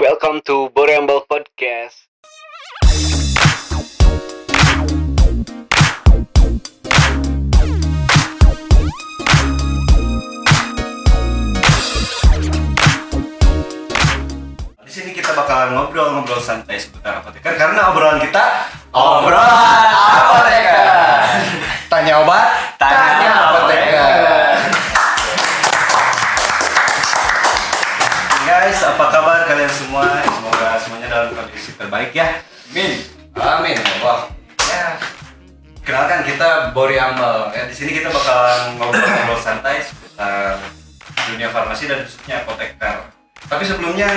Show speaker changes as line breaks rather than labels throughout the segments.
Welcome to Borembel Podcast.
Di sini kita bakalan ngobrol-ngobrol santai seputar apoteker karena obrolan kita
Obrolan apoteker. Tanya obat,
kan? Tanya apoteker.
kan?
Guys, apa kabar kalian semua? Semoga semuanya dalam kondisi terbaik ya.
Min. Amin. Wah.
Ya. Kenalkan kita Bori Ambal. Ya, di sini kita bakalan ngobrol-ngobrol santai seputar dunia farmasi dan khususnya apoteker. Tapi sebelumnya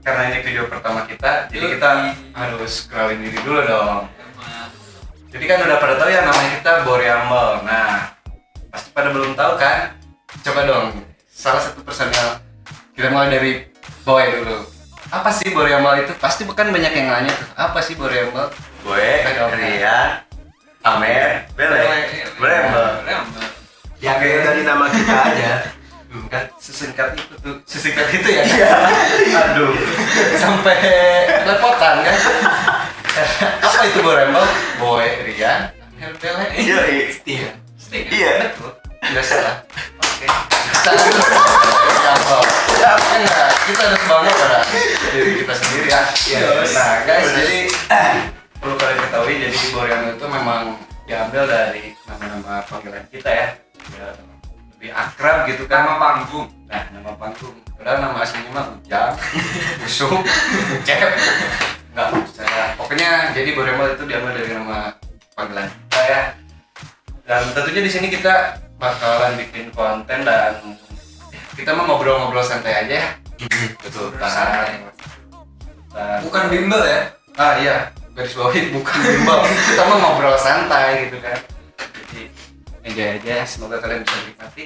karena ini video pertama kita, jadi kita harus kenalin diri dulu dong. Jadi kan udah pada tahu ya namanya kita Bori Ambal. Nah, pasti pada belum tahu kan? Coba dong salah satu personel kita mulai dari boy dulu. Apa sih Bori Ambal itu? Pasti bukan banyak yang nanya tuh. Apa sih Bori Ambal?
Gue Rian Amer Belek. Brembel.
Ya kayak dari nama kita aja. Kan sesingkat itu tuh, sesingkat itu ya.
Iya.
Aduh, sampai lepotan kan. Apa itu Borembel? Boy, Rian, Herbele.
Iya, iya.
Iya.
Iya.
Betul. Enggak salah. Oke. Salah. Gampang. Enggak, Ya, kita harus bangga pada diri kita sendiri ya. Nah, guys, jadi perlu kalian ketahui jadi Boreano itu memang diambil dari nama-nama panggilan kita ya. Ya, lebih akrab gitu kan nama panggung. Nah, nama panggung. Padahal nama aslinya mah Ujang, Usung, Cep. Enggak, salah. Pokoknya jadi Boreano itu diambil dari nama panggilan kita ya dan tentunya di sini kita bakalan bikin konten dan kita mau ngobrol-ngobrol santai aja ya betul santai
Bukan bimbel ya?
ah iya garis bawahi bukan bimbel kita mau ngobrol santai gitu kan jadi enjoy aja semoga kalian bisa nikmati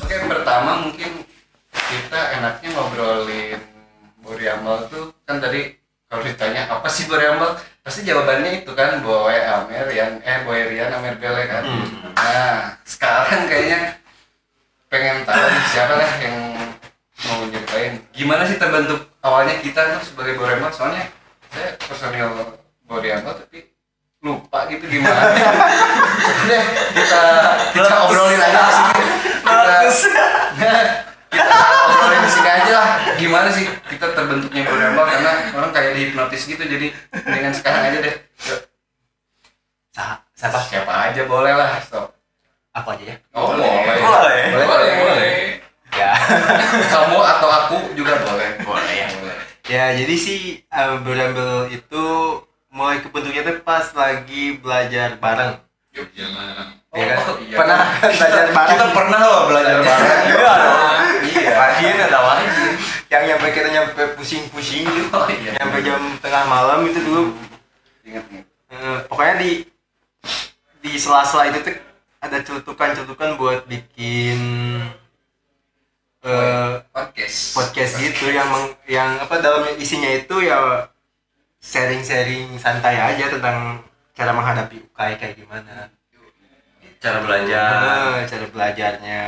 oke pertama mungkin kita enaknya ngobrolin Boreamal tuh kan tadi kalau ditanya apa sih Boreamal pasti jawabannya itu kan Boy Amer yang eh Boy Rian Amer Bele kan nah sekarang kayaknya pengen tahu nih siapa lah yang mau nyeritain gimana sih terbentuk awalnya kita tuh sebagai Boreamal soalnya saya personil Boreamal tapi lupa gitu gimana Udah, kita kita obrolin aja di sini kita kita obrolin di sini aja lah gimana sih kita terbentuknya Boreamal karena orang kayak dihipnotis gitu jadi mendingan sekarang aja deh Yuk,
Sa- siapa?
siapa aja boleh lah stop
Aku aja ya.
oh boleh
Boleh.
boleh, boleh.
Ya.
kamu atau aku juga boleh
Boleh ya.
Boleh.
Ya, jadi sih eh, Bramble itu mulai kebentuknya tuh pas lagi belajar bareng.
Ya kan?
Oh,
Iya.
Pernah belajar bareng.
kita pernah loh belajar bareng
Iya dong. Iya. Rajin ada rajin. Yang nyampe kita nyampe pusing-pusing gitu.
oh iya
Nyampe jam tengah malam itu dulu.
ingat ingat
Eh, pokoknya di di sela-sela itu tuh ada celutukan-celutukan buat bikin eh
podcast
podcast gitu yang meng- yang apa dalam isinya itu ya sharing-sharing santai aja tentang cara menghadapi UKAI kayak gimana.
Cara belajar.
Eh, cara belajarnya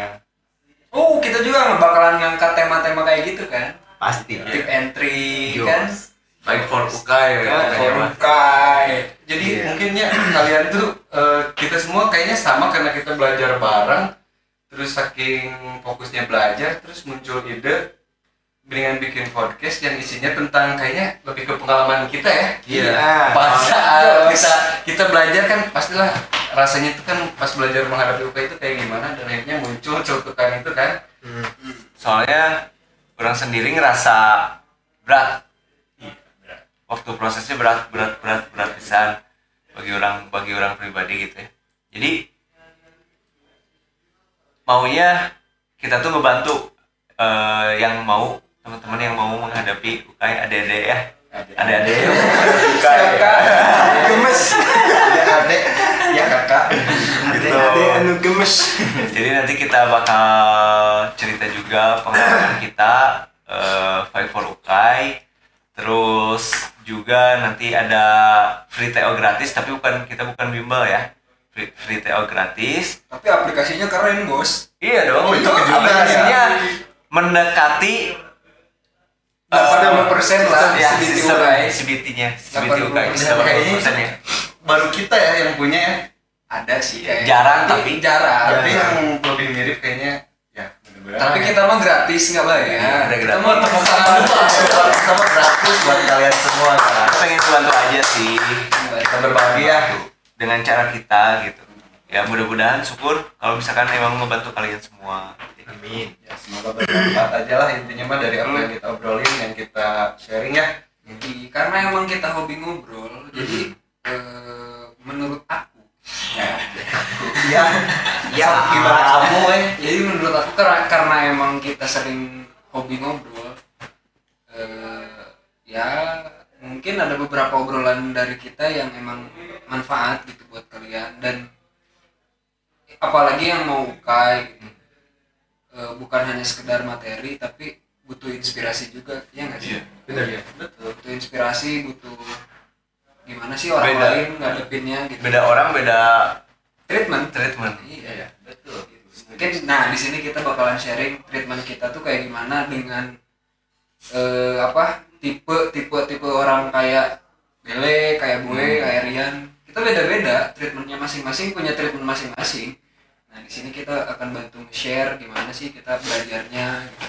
Oh, kita juga bakalan ngangkat tema-tema kayak gitu kan?
pasti.
Tip entry
Yo.
kan?
Iya. Baik for ukai
Ya,
ya.
for
Bukai.
jadi
Iya.
mungkinnya kalian tuh eh, kita semua kayaknya sama karena kita belajar bareng terus saking fokusnya belajar terus muncul ide mendingan bikin podcast yang isinya tentang kayaknya lebih ke pengalaman kita ya
Iya.
pas
Ah,
saat kita kita belajar kan pastilah rasanya itu kan pas belajar menghadapi UKA itu kayak gimana dan akhirnya muncul celutukan itu kan
Soalnya orang sendiri ngerasa berat.
Iya,
Waktu prosesnya berat berat berat berat pisan bagi orang bagi orang pribadi gitu ya. Jadi maunya kita tuh ngebantu eh, yang mau teman-teman yang mau menghadapi UKI adik-adik ya. Adik-adik.
gemes.
ada adek ya kakak
Gitu.
Ada ada anu gemes.
Jadi nanti kita bakal cerita juga pengalaman kita eh, Fight for Ukai. Terus juga nanti ada free TO gratis tapi bukan kita bukan bimbel ya. free, free TO gratis
Tapi aplikasinya keren bos.
iya dong
Oh, itu kejutan ya.
aplikasinya mendekati eh,
Eh,
80 persen lah
ya,
CBT
sistem
UKI.
CBT-nya CBT
80%
UKI
kayaknya
80% ya
baru kita ya yang punya ya
Ada sih.
Iya,
kayak-
jarang, tapi-
jarang.
tapi
Ya.
yang lebih mirip kayaknya ya bener-bener
Tapi kita mah gratis nggak bayar.
Ada
Kita
gratis.
mah tepuk tangan doang.
kita mah gratis buat kalian semua kan
Aku pengen bantu aja sih
kita berbagi ya
dengan cara kita gitu ya mudah-mudahan syukur kalau misalkan emang ngebantu kalian semua amin
ya semoga bermanfaat aja lah intinya mah dari apa yang kita obrolin yang kita sharing ya
Jadi karena emang kita hobi ngobrol, jadi eh, menurut aku, ya,
ya
Ya.
gimana kamu eh
jadi menurut aku karena, karena emang kita sering hobi ngobrol, eh, ya mungkin ada beberapa obrolan dari kita yang emang manfaat gitu buat kalian dan apalagi yang mau ukai gitu. Eh, bukan hanya sekedar materi tapi butuh inspirasi juga ya nggak sih?
Iya.
bener ya betul
butuh inspirasi butuh gimana sih orang
Beda.
lain ngadepinnya gitu
beda orang beda
treatment
treatment
iya
iya betul
mungkin nah di sini kita bakalan sharing treatment kita tuh kayak gimana dengan eh, apa tipe tipe tipe orang kayak Bele kayak gue kayak Rian kita beda beda treatmentnya masing-masing punya treatment masing-masing nah di sini kita akan bantu share gimana sih kita belajarnya gitu.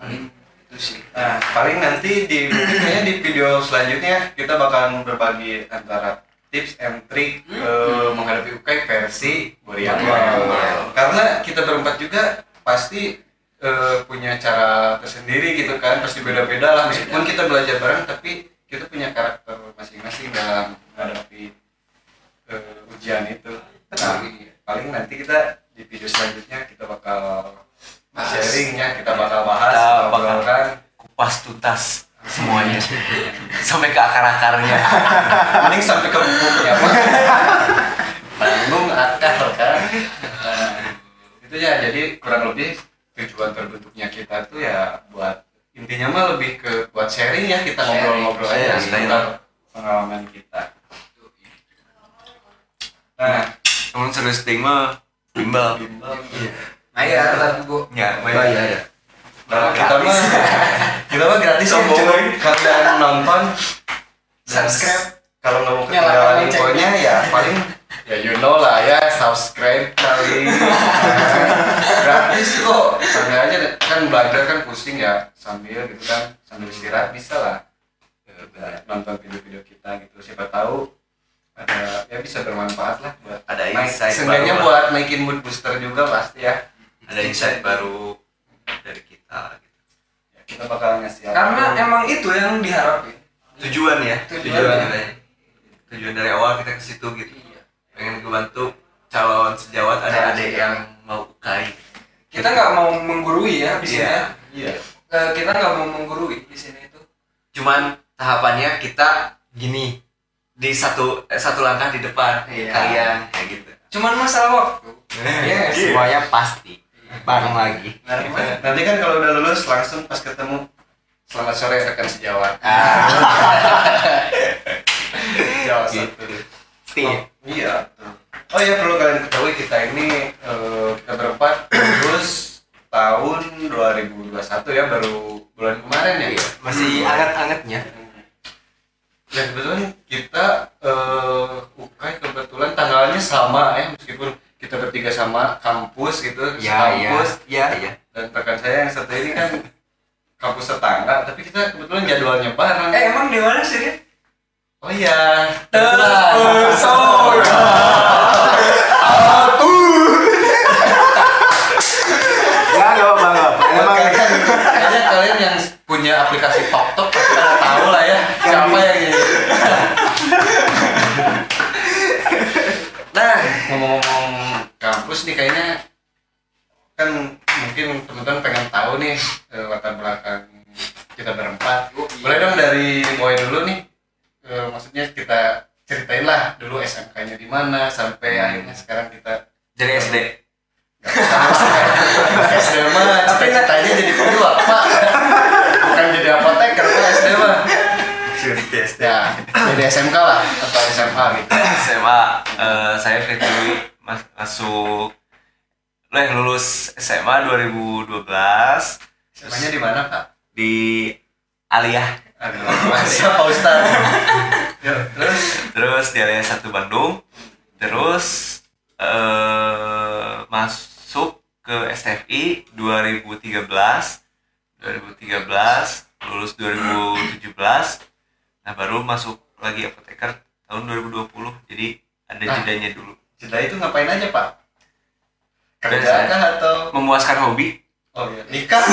paling itu sih
Nah, paling nanti di mungkin kayaknya di video selanjutnya kita bakalan berbagi antara tips and trick
Hmm.
eh, menghadapi UKAI versi Boreal.
Boreal.
Karena kita berempat juga pasti eh, punya cara tersendiri gitu kan, pasti beda-beda lah. Meskipun kita belajar bareng, tapi kita punya karakter masing-masing dalam menghadapi eh, ujian itu. Nah, paling nanti kita di video selanjutnya kita bakal
Bahas.
sharing ya, kita bakal bahas,
Kita
kita
bakal-
obrolkan.
kupas tuntas semuanya sampai ke akar akarnya
mending sampai ke bukunya Pak. tanggung akar kan Nah, itu ya jadi kurang lebih tujuan terbentuknya kita tuh ya buat intinya mah lebih ke buat sharing ya kita
Sharing,
ngobrol-ngobrol aja
sharing.
seputar pengalaman kita nah
namun serius ting mah bimbel
bimbel
Ayah, tetap gue
ya
iya, iya.
Nah, kita mah kita mah gratis ya
Sombong.
cuy. kalian nonton dan
Subscribe.
kalau nggak mau
Nyalakan
ketinggalan
loncengnya.
infonya ya paling ya you know lah ya subscribe kali Nah, gratis kok sambil aja deh. kan belajar kan pusing ya sambil gitu kan sambil istirahat bisa lah Ya, nonton video-video kita gitu siapa tahu ada ya bisa bermanfaat lah buat
ada
naik-
insight
seenggaknya
baru
buat
lah.
naikin mood booster juga pasti ya
ada insight baru dari kita gitu.
Ya, kita bakal ngasih apa
karena
dulu.
emang itu yang diharapin
tujuan ya
Tujuan.
dari, tujuan dari awal kita ke situ gitu
Iya.
pengen bantu calon sejawat ada adik yang mau ukai
kita nggak mau menggurui ya di sini ya.
Iya.
iya
Eh, kita nggak mau menggurui di sini itu
cuman tahapannya kita gini di satu eh, satu langkah di depan
Iya.
kalian kayak gitu
cuman masalah waktu
Iya, semuanya pasti bareng lagi
Nah, Nanti kan kalau udah lulus langsung pas ketemu selamat sore rekan sejawat. Jawa satu.
pasti ya.
Iya. Oh iya perlu kalian ketahui kita ini eh, kita berempat lulus tahun 2021 ya baru bulan kemarin ya.
Iya, masih anget-angetnya
Ya kebetulan kita eh UKAI kebetulan tanggalnya sama ya meskipun kita bertiga sama kampus gitu
ya ya
kampus
ya ya
dan rekan saya yang satu ini kan kampus tetangga tapi kita kebetulan jadwalnya bareng
eh emang di mana sih Rin?
oh iya
nggak nggak apa nggak apa
Emang
emang
kalian, kayaknya kalian yang punya aplikasi Tok Tok pasti udah tahu lah ya siapa yang ini. Nah, ngomong-ngomong kampus nih kayaknya kan mungkin teman-teman pengen tahu nih eh, latar belakang kita berempat. Boleh dong dari Boy dulu nih. eh, maksudnya kita ceritain lah dulu SMK-nya di mana sampai akhirnya sekarang kita
dari SD
SD mah cita-citanya jadi pilot pak bukan jadi apoteker pak SD mah
cerita
dari SD
ya dari SMK lah atau SMA gitu
SMA eh, saya Fitri mas masuk eh lulus SMA 2012
SMA nya di mana kak
di Aliyah
aduh masa pak Ustaz Ya, terus
terus di Aliyah satu Bandung terus eh masuk ke STFI 2013 2013 lulus 2017 nah baru masuk lagi apoteker tahun 2020 jadi ada
Nah.
jedanya dulu
jeda itu ngapain aja pak kerja
Biasa.
kah atau
memuaskan hobi
Oh iya, nikah. Oh,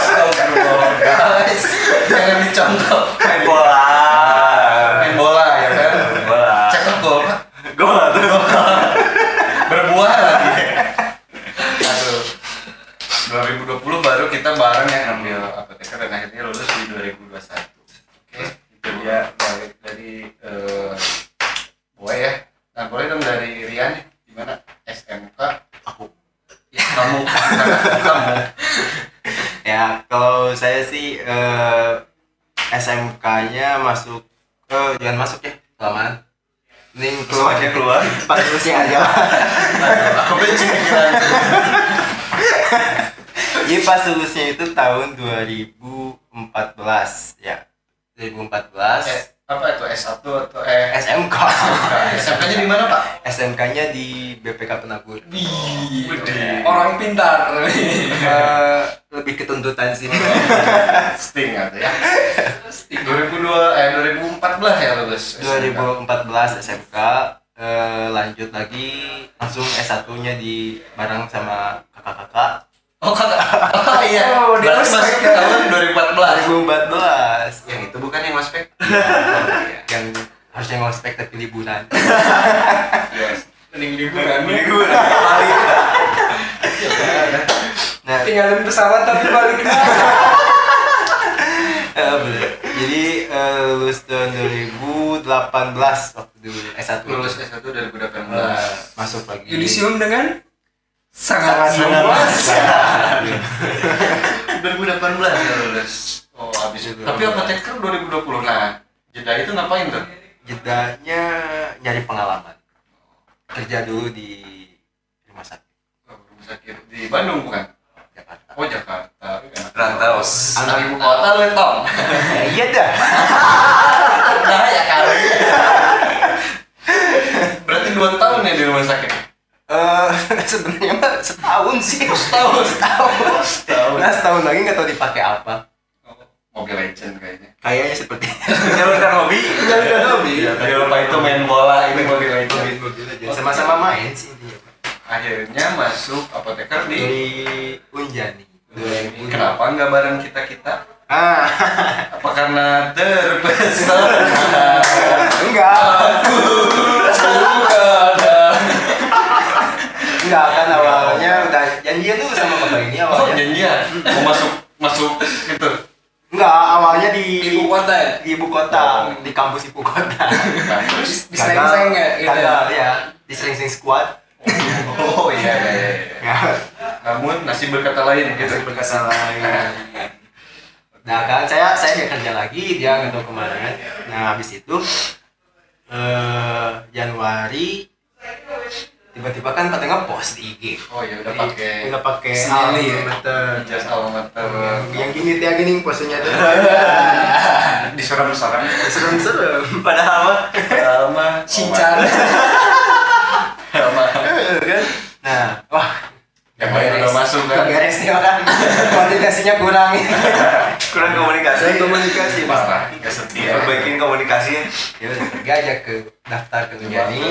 Astagfirullah, guys. Jangan dicontoh.
main bola
Main bola ya kan.
Main bola
Cakep gol, Pak.
gol tuh
Berbuah lagi. Aduh. 2020 baru kita bareng yang ngambil apoteker dan akhirnya lulus di 2021. Oke, itu dia balik dari eh Boy ya. Nah, boleh dong dari Rian nih. gimana? SMK
aku
ya, kamu kamu
ya kalau saya sih eh, SMK-nya masuk eh, jangan masuk ya kelamaan mending keluar
aja keluar.
pas lulusnya aja lah.
aku benci pikiran
Jadi pas lulusnya itu tahun 2014 ya 2014
Eh, apa itu S1 atau eh
SMK
SMK-nya di mana Pak?
SMK-nya di BPK Penabur
Widih.
orang pintar
Eh, lebih ketuntutan sih
Sting atau ya. 2002 eh 2014 ya lulus.
2014 SMK eh, lanjut lagi langsung S1-nya di bareng sama kakak-kakak
Oh kakak. Oh iya.
Oh, dia
Berarti masuk
ospek.
ya. ke tahun 2014. Yang itu
2014
bukan yang ospek.
yang harusnya ngospek tapi liburan
Yes. Mending liburan.
nah
tinggalin pesawat tapi balik lagi
eh, bener. jadi eh, lulus tahun 2018 waktu dulu S1
Lulus S1 2018.
Eh, masuk lagi
yudisium dengan sangat,
sangat sangat
luas
sangat-
2018 ya lulus. Oh habis itu. Tapi kan apoteker 2020 nah. Jeda itu ngapain tuh?
jedanya nyari pengalaman kerja dulu di rumah sakit
Oh, Rumah sakit di Bandung bukan?
Jakarta
Oh Jakarta. Enak.
Rantau.
Anak ibu kota lu Tom.
iya dah
Nah ya kali. Berarti 2 tahun ya di rumah sakit.
Eh, sebenarnya mah setahun sih
Setahun.
setahun
Setahun.
nah setahun lagi nggak tahu dipakai apa
Mobile Legend kayaknya.
kayaknya seperti
menyalurkan hobi
udah hobi Iya.
Dia lupa itu main bola ini Mobile Legend.
sama-sama main sih intinya.
Akhirnya masuk apoteker di
dari Unjani
Kenapa nggak bareng kita kita?
ah
Apa karena terpesona?
enggak enggak kan awalnya udah janjian tuh sama bapak ini
Oh
awalnya
janjian mau masuk masuk itu
enggak awalnya di
ibu kota ya
di ibu kota di kampus ibu kota
Nah, terus
disereng-sereng ya gitu ya?
gagal ya di sering-sering squad
oh iya iya iya iya.
ya
namun nasib berkata lain gitu
berkesan nah kan saya saya nggak kerja lagi dia nggak tahu kemana kan nah habis itu eh Januari tiba-tiba kan katanya ngepost di IG
oh iya udah pakai
udah pakai
Sendiri ya?
almamater.
jas alma mater
yang gini dia gini posenya tuh
diserang-serang
serem-serem padahal mah
Alma
Shincan
Alma
kan nah wah
yang lain udah masuk
nggak
kan
beres nih orang komunikasinya kurang
kurang
saya
komunikasi
komunikasi
parah nggak setia
perbaikin komunikasinya
ya udah pergi aja ke daftar ke Unjani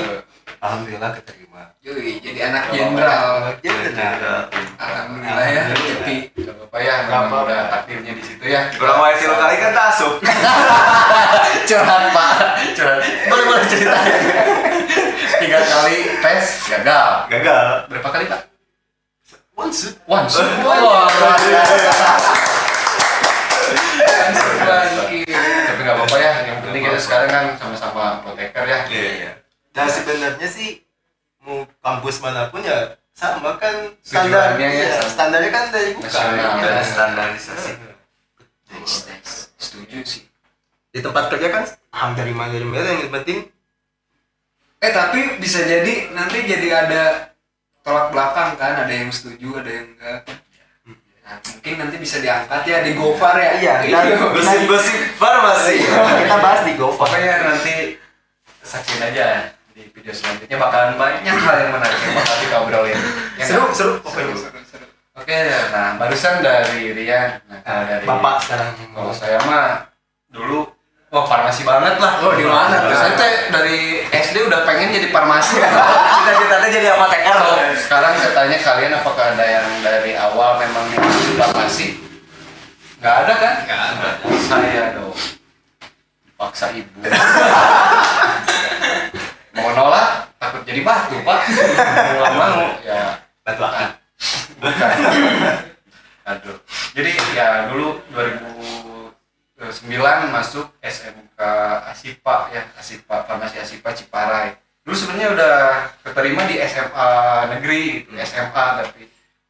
alhamdulillah keterima
Yoi, jadi anak jenderal
ya
Nah,
benar
alhamdulillah ya rezeki
Gak apa-apa ya memang
Apa?
udah takdirnya di situ ya
kurang mau tilu kali kan tasuk
curhat pak curhat boleh boleh ceritain tiga kali tes gagal
gagal
berapa kali pak
one suit
once
Wah, luar biasa. Bangkit.
tapi nggak apa-apa ya yang penting kita sekarang kan sama-sama apoteker ya
iya iya
nah sebenarnya sih mau kampus manapun ya sama kan
Tujuannya ya
iya,
sama.
standarnya kan dari buka
Nasional.
ya.
dan standarisasi
Setuju sih.
di tempat kerja kan hampir dari mana dari mana yang penting
Eh tapi bisa jadi nanti jadi ada tolak belakang kan, ada yang setuju, ada yang enggak. Nah, mungkin nanti bisa diangkat ya di Gofar ya.
Iya, kita-
Besi-besi farmasi.
kita bahas di GoFar
Pokoknya nanti saksiin aja di video selanjutnya bakalan banyak hal yang menarik yang bakal kita obrolin. Ya
seru
nggak?
seru
Seru,
pokoknya
seru, seru.
Oke, nah barusan dari Rian, nah kalau dari
bapak sekarang
Kalau saya mah dulu wah farmasi banget lah.
Oh, di mana tuh?
Saya teh dari SD udah pengen jadi farmasi. Cita-citanya jadi apoteker. sekarang saya tanya kalian apakah ada yang dari awal memang di farmasi? Gak ada kan? Gak ada. Saya dong. Paksa ibu. mau nolak takut jadi batu pak. Mau mau ya
batu akan
Bukan. Aduh. Jadi ya dulu 2009 masuk SMK Asipa ya, Asipa Farmasi Asipa Ciparai. Dulu sebenarnya udah keterima di SMA negeri, gitu, SMA tapi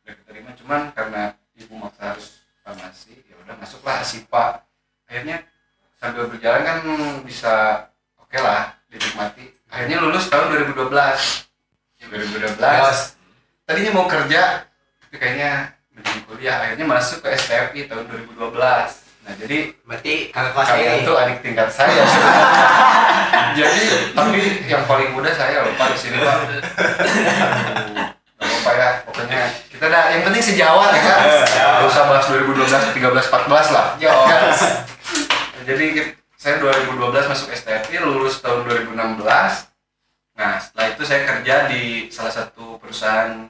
udah keterima cuman karena ibu maksa harus farmasi, ya udah masuklah Asipa. Akhirnya sambil berjalan kan bisa oke lah dinikmati. Akhirnya lulus tahun 2012. Ya, 2012. Tadinya mau kerja tapi kayaknya mending kuliah akhirnya masuk ke STFI tahun 2012 nah jadi
berarti kakak kelas saya
kalian
ini
tuh adik tingkat saya jadi tapi yang paling muda saya lupa di sini pak Aduh, nggak apa ya pokoknya kita dah yang penting sejawat ya kan Nggak usah bahas 2012 13 14 lah ya kan? jadi ki- saya 2012 masuk STFI lulus tahun 2016 nah setelah itu saya kerja di salah satu perusahaan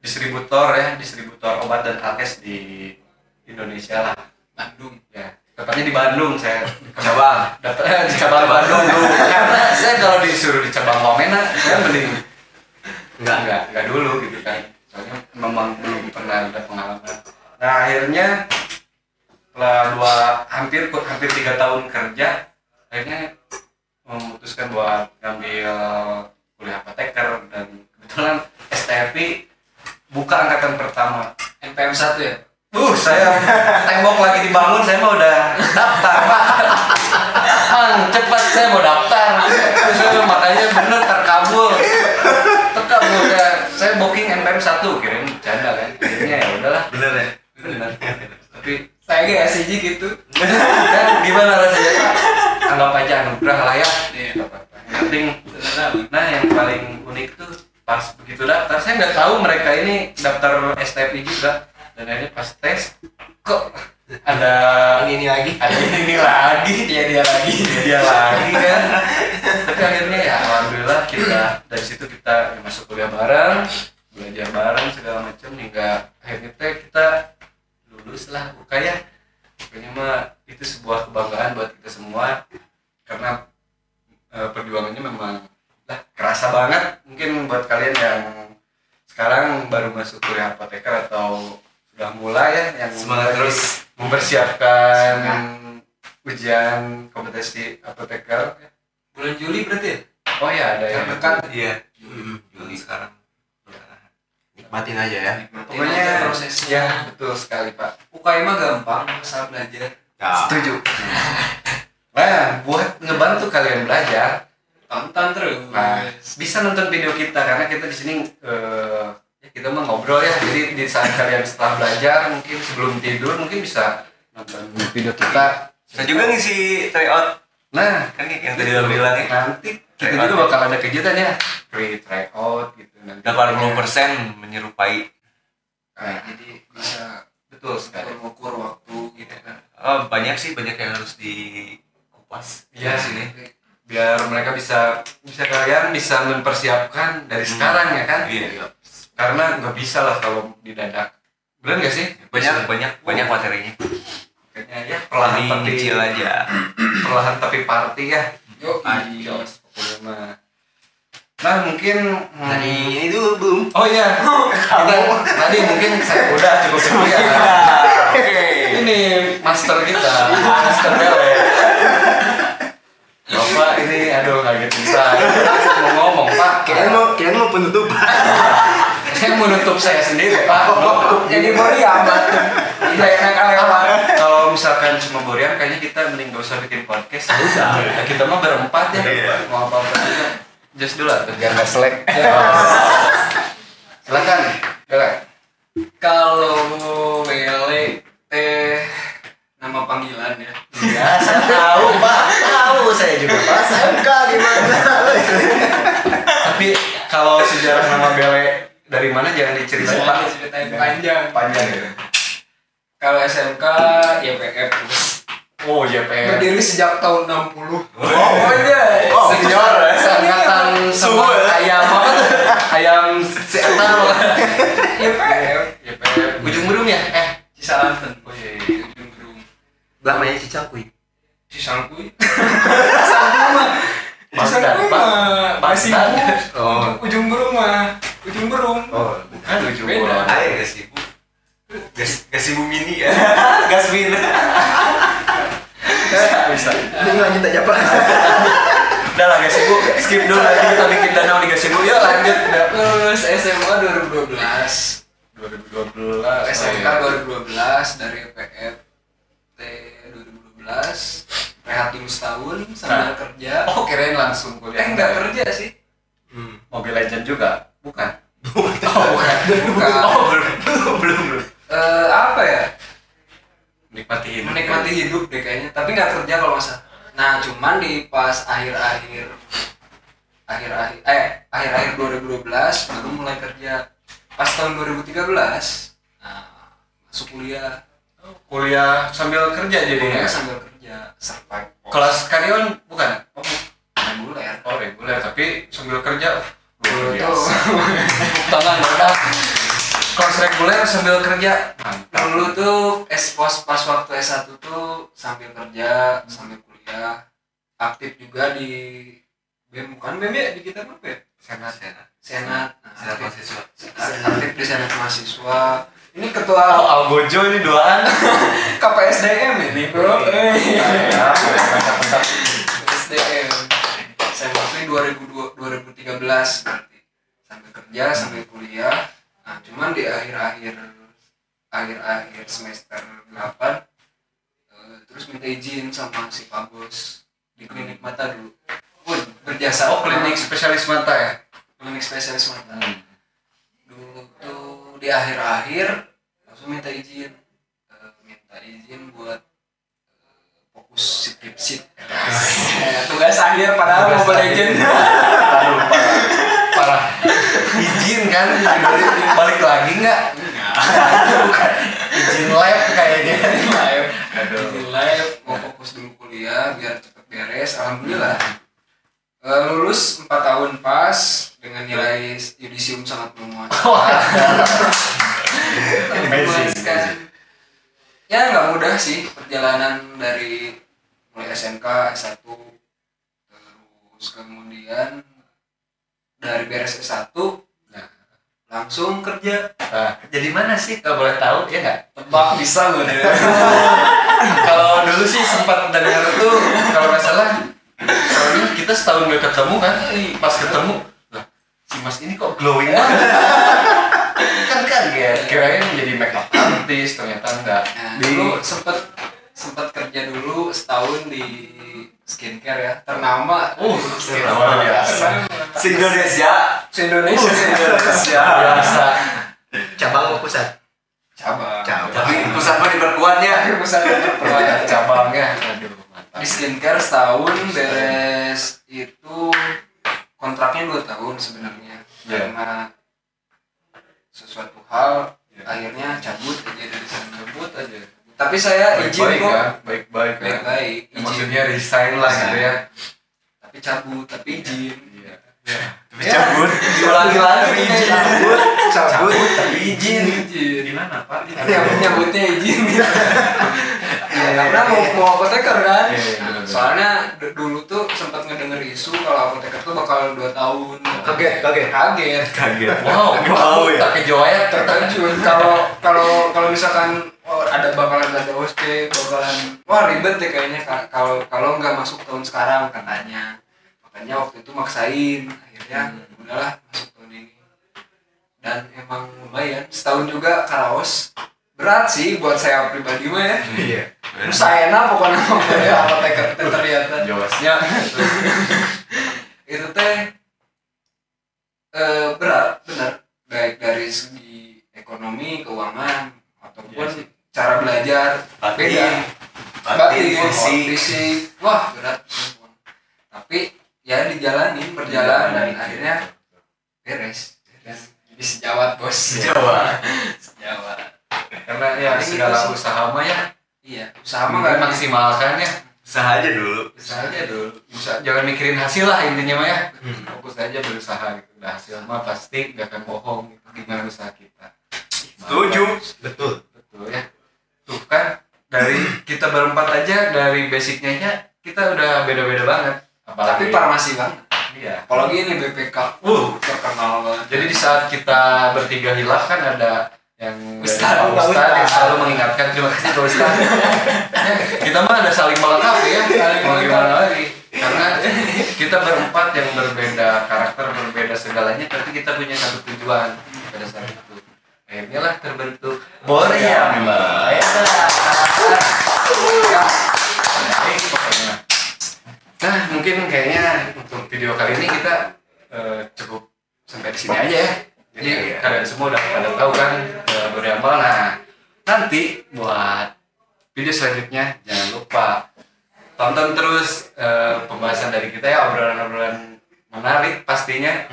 distributor ya distributor obat dan alkes di Indonesia lah Bandung ya tepatnya di Bandung saya
Cabang.
dapat eh, di cabang Bandung dulu karena saya kalau disuruh di cabang Wamena saya mending
enggak
enggak enggak dulu gitu kan soalnya memang belum pernah ada pengalaman nah akhirnya setelah dua hampir hampir tiga tahun kerja akhirnya memutuskan buat ngambil kuliah apoteker dan kebetulan STFI buka angkatan pertama
NPM 1 ya.
Uh, saya tembok lagi dibangun, saya mau udah daftar. Pak. Man, cepat saya mau daftar. Terus makanya bener terkabul. Terkabul ya. Saya booking NPM 1, kirain bercanda kan. Akhirnya ya udahlah.
Bener ya?
Bener. Tapi
Saya kayak SCG gitu.
kan gimana rasanya Pak? Anggap aja anugerah lah ya.
Iya.
Nggak apa-apa. Yang penting nah yang paling unik tuh pas begitu daftar saya nggak tahu mereka ini daftar STP juga dan akhirnya pas tes kok ada
ini ini lagi
ada ini, ini lagi dia Iya, dia lagi dia dia lagi kan tapi akhirnya ya alhamdulillah kita dari situ kita ya, masuk kuliah bareng belajar bareng segala macam hingga akhirnya teh kita lulus lah buka ya pokoknya mah itu sebuah kebanggaan buat kita semua karena eh, perjuangannya memang lah kerasa banget mungkin buat kalian yang sekarang baru masuk kuliah apoteker atau sudah mulai ya yang
Semangat
lagi
terus.
mempersiapkan ujian kompetensi apoteker
Bulan Juli berarti ya?
oh ya ada yang
Yang dekat.
Iya. Juli sekarang.
nikmatin aja ya
Ini aja
pokoknya
prosesnya.
ya betul sekali pak
UKM mah gampang, asal belajar.
Ya.
setuju nah buat ngebantu kalian belajar
Tonton terus.
Nah, bisa nonton video kita karena kita di sini eh, ya kita mah ngobrol ya. Jadi di saat kalian setelah belajar mungkin sebelum tidur mungkin bisa nonton video kita.
Saya juga ngisi tryout
Nah,
kan yang tadi lo bilang ya.
nanti kita juga
Tryout ya.
gitu bakal ada kejutan ya. Free tryout gitu nanti.
80% menyerupai
Nah, jadi bisa betul sekali.
Ukur-ukur waktu gitu kan.
Oh, banyak sih banyak yang harus dikupas
Iya
di
sini. Biar mereka bisa bisa kalian bisa mempersiapkan dari
Hmm.
sekarang ya kan?
Iya.
Karena nggak bisa lah kalau didadak. Benar nggak sih?
Banyak banyak banyak materinya.
Kayaknya ya
Jadi
perlahan tapi
kecil aja.
perlahan tapi party ya.
Yuk,
Adios, pokoknya mah. Nah mungkin hmm,
tadi ini dulu belum
Oh Iya. iya Kita, Tadi mungkin saya udah cukup sekian Ini master kita Master Bele Bapak ini aduh kaget bisa Mau ngomong pak
kalian mau kalian mau penutupan
Saya Oh, menutup saya sendiri pak Iya, ya,
Jadi meriam. Tidak enak karyawan.
Ah, Kalau kalau misalkan cuma Boream kayaknya kita mending gak usah bikin podcast usah kita mah berempat ya mau apa apa juga just dulu lah Ya.
biar nggak selek
silakan Bella
Kalau Mele teh nama panggilan ya.
ya saya tahu pak tahu saya juga pak SMK gimana
tapi kalau sejarah nama Bele dari mana jangan Iya. diceritain pak
Soalnya ceritain panjang.
panjang ya
Kalau SMK YPF
oh JPR
berdiri sejak tahun 60.
oh
iya.
Oh,
senior ya seangkatan semua ayam apa tuh ayam si Eta loh
YPF
JPR ujung berum ya eh
Cisalanten.
oh iya, iya.
Ujung Gerung.
Belah mainnya cicakui.
Cisangkui.
Bagdad,
Cisangkui
Pak.
mah masih
Bagdad.
Oh.
ujung Gerung mah. Ujung Gerung.
oh
Kan
bukan ujung
Beda.
kulon
Ayo gak sibuk Gas, gas ibu mini ya Gas min
bisa
ini lanjut aja pak
udah lah guys ibu skip dulu nanti kita bikin danau di guys ibu yuk lanjut
Terus SMA 2012
2012
SMK 2012 dari PFT 2012 rehat dulu setahun sambil kerja
oh keren langsung
eh
kuliah
nggak kerja sih
Hmm.
mobil legend juga bukan
bukan
Oh, belum belum belum
Eh, apa ya
nikmati hidup ya.
menikmati hidup deh kayaknya tapi nggak kerja kalau nggak salah nah cuman di pas akhir-akhir akhir-akhir eh akhir-akhir 2012 baru mulai kerja pas tahun 2013 nah, masuk kuliah
kuliah sambil kerja
kuliah
jadinya
sambil kerja survive
kelas karyawan bukan oh,
reguler
oh reguler tapi sambil kerja luar
Tuh.
biasa tangan udah kelas reguler sambil kerja mantap
dulu tuh es pas, pas waktu S1 tuh sambil kerja sambil kuliah aktif juga di BEM bukan BEM ya di kita apa ya
Senat Senat
senat nah,
Senat
aktif,
mahasiswa
aktif di senat mahasiswa ini ketua
oh, algojo ini doaan
KPSDM ini bro
Ya, mantap, mantap.
KPSDM saya waktu 2002 2013 berarti sambil kerja sambil kuliah nah cuman di akhir-akhir akhir-akhir semester 8 eh, terus minta izin sama si Pak Bos di klinik mata dulu pun berjasa
oh klinik spesialis mata ya Hmm.
klinik spesialis mata dulu tuh di akhir-akhir langsung minta izin Eh, minta izin buat eh, fokus skripsi Eh, tugas akhir padahal
Tugas
mau
akhir.
legend
Aduh, parah. parah. Izin kan diberi- balik lagi nggak? Izin lab kayaknya.
live
Aduh.
Izin live mau fokus dulu kuliah biar cepet beres alhamdulillah Eh, lulus 4 tahun pas dengan nilai yudisium sangat memuaskan memuaskan ya nggak mudah sih perjalanan dari mulai SMK S1 terus kemudian dari beres S1
Nah.
langsung kerja
Nah, jadi mana sih kalau boleh tahu ya nggak?
tebak bisa loh
Kalau dulu sih sempat dengar tuh kalau nggak salah soalnya kita setahun nggak ketemu kan? Pas ketemu, lah si Mas ini kok glowing banget. kan kaget, kirain jadi makeup artist ternyata enggak.
Nah,
Di-
dulu sempet sempet kerja dulu setahun di skincare ya ternama eh,
Uh, luar biasa.
Indonesia
se
Oh,
Indonesia
iya.
Indonesia
Biasa.
cabang mau pusat
cabang
cabang
Tapi pusat mah diperkuat ya
Pusat
Banyak
perwakilan cabang
cabangnya. Aduh, mantap.
di skincare setahun beres itu kontraknya dua tahun sebenarnya
Iya.
karena sesuatu hal
Iya.
akhirnya cabut aja dari sana
Sebut aja.
tapi saya izin
Baik-baik
kok
ya, baik-baik ya.
baik-baik
Ya,
izin.
Maksudnya resign lah gitu ya.
tapi cabut tapi izin
Iya.
Tapi cabut
Diulangi lagi izin.
cabut
Tapi izin.
izin Iya,
Gimana Pak?
nyambut nyambutnya izin gitu. ya, karena mau mau apoteker kan
Iya, iya, iya.
soalnya d- dulu tuh sempat ngedenger isu kalau apoteker tuh bakal 2 tahun
Kaget, kaget.
kaget
Kaget
Wow, wow,
ya?
pakai joya
terkejut kalau kalau kalau misalkan oh, ada bakalan ada OSC bakalan wah ribet deh kayaknya ka- kalau kalau nggak masuk tahun sekarang katanya makanya waktu itu maksain akhirnya udahlah masuk tahun ini dan emang lumayan setahun juga karaos berat sih buat saya pribadi mah ya.
Iya.
Terus saya enak pokoknya pokoknya apa teh ke- teh ternyata.
jawasnya
Itu teh eh, berat benar baik dari segi ekonomi, keuangan ataupun
Iya sih. Iya.
cara belajar beda.
batin batin
batin fisik.
fisik
wah berat tapi ya dijalanin berjalan
Iya,
dan akhirnya beres jadi sejawat bos
Jawa
sejawat
karena ya
Paling itu
segala
sih.
usaha mah ya
iya usaha mah
sama
gak maksimal
maksimalkan ya
usaha aja dulu
usaha aja dulu Usaha- jangan mikirin hasil lah intinya mah ya
Hmm.
fokus aja berusaha gitu udah hasil mah pasti nggak akan bohong gitu gimana usaha kita
setuju
Betul.
betul ya tuh kan dari kita berempat aja dari basicnya aja kita udah beda-beda banget
tapi
apalagi
farmasi banget
iya
apalagi ini BPK
uh
terkenal banget
jadi di saat kita bertiga hilaf kan ada yang
Ustaz,
dari Pak
Pak
Ustaz yang
Ustaz.
selalu mengingatkan terima kasih Pak Ustaz Ya, kita mah ada saling melengkapi ya
Saling
mau
melengkapi.
gimana lagi karena kita berempat yang berbeda karakter berbeda segalanya tapi kita punya satu tujuan pada saat itu Ya, akhirnya lah terbentuk Boream
Ya,
Boream.
Gas. Baik, pokoknya. Nah, mungkin kayaknya untuk video kali ini kita eh, cukup sampai di sini aja ya. Jadi kalian semua udah pada tahu kan eh, Boreambal. Nah, nanti buat video selanjutnya jangan lupa tonton terus eh, pembahasan dari kita ya obrolan-obrolan menarik pastinya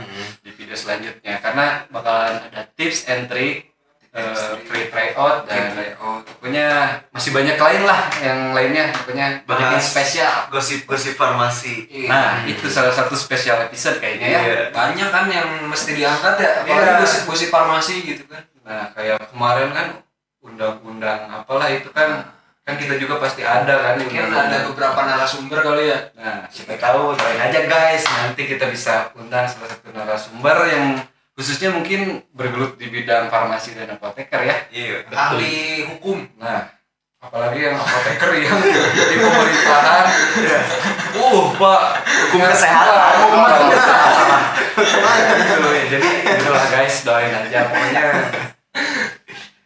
di video selanjutnya karena bakalan ada tips and trick eh, free tryout dan
oh
pokoknya masih banyak lain lah yang lainnya pokoknya banyak yang
Bahas.
spesial
gosip-gosip farmasi
Iya.
nah itu salah satu spesial episode kayaknya ya
Iya.
banyak kan yang mesti diangkat ya apalagi
Iya.
gosip gosip farmasi gitu kan
nah kayak kemarin kan undang-undang apalah itu kan kan kita juga pasti ada kan
mungkin
undang-undang.
ada beberapa narasumber kali ya
nah siapa tahu doain aja guys nanti kita bisa undang salah satu narasumber yang khususnya mungkin bergelut di bidang farmasi dan apoteker ya
iya
ahli hukum
Nah, apalagi yang apoteker yang di pemerintahan. Uh, Pak, hukum
kesehatan.
Hukum kesehatan. Gitu, ya. Jadi itulah guys, doain aja pokoknya.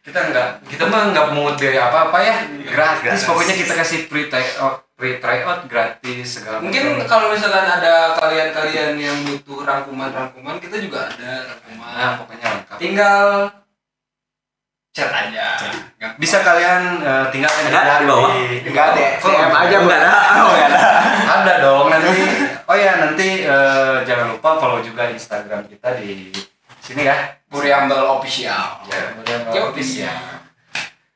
Kita nggak, kita mah nggak mau biaya apa-apa ya, gratis.
Gratis.
Pokoknya kita kasih free tryout, free tryout gratis segala
mungkin
macam.
kalau misalkan ada kalian-kalian yang butuh rangkuman-rangkuman kita juga ada rangkuman
Nah, pokoknya lengkap.
tinggal chat aja Gampang.
Bisa kalian eh, tinggalkan
Nggak,
aja
di bawah.
Enggak deh, CM aja
enggak
bukan?
ada oh, enggak ada
ada dong nanti oh ya nanti eh, jangan lupa follow juga instagram kita di sini ya
Buriambel official
ya kemudian
Yo,
follow kita.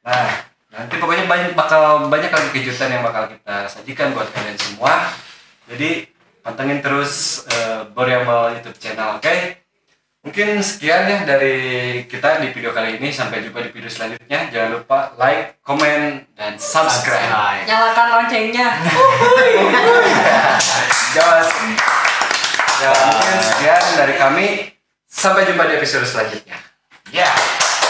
nah nanti pokoknya banyak bakal banyak lagi kejutan yang bakal kita sajikan buat kalian semua jadi pantengin terus eh, Boreambal YouTube channel oke mungkin sekian ya dari kita di video kali ini sampai jumpa di video selanjutnya jangan lupa like komen dan subscribe
nyalakan loncengnya
Jos. Ya, mungkin sekian dari kami. Sampai jumpa di episode selanjutnya. Ya.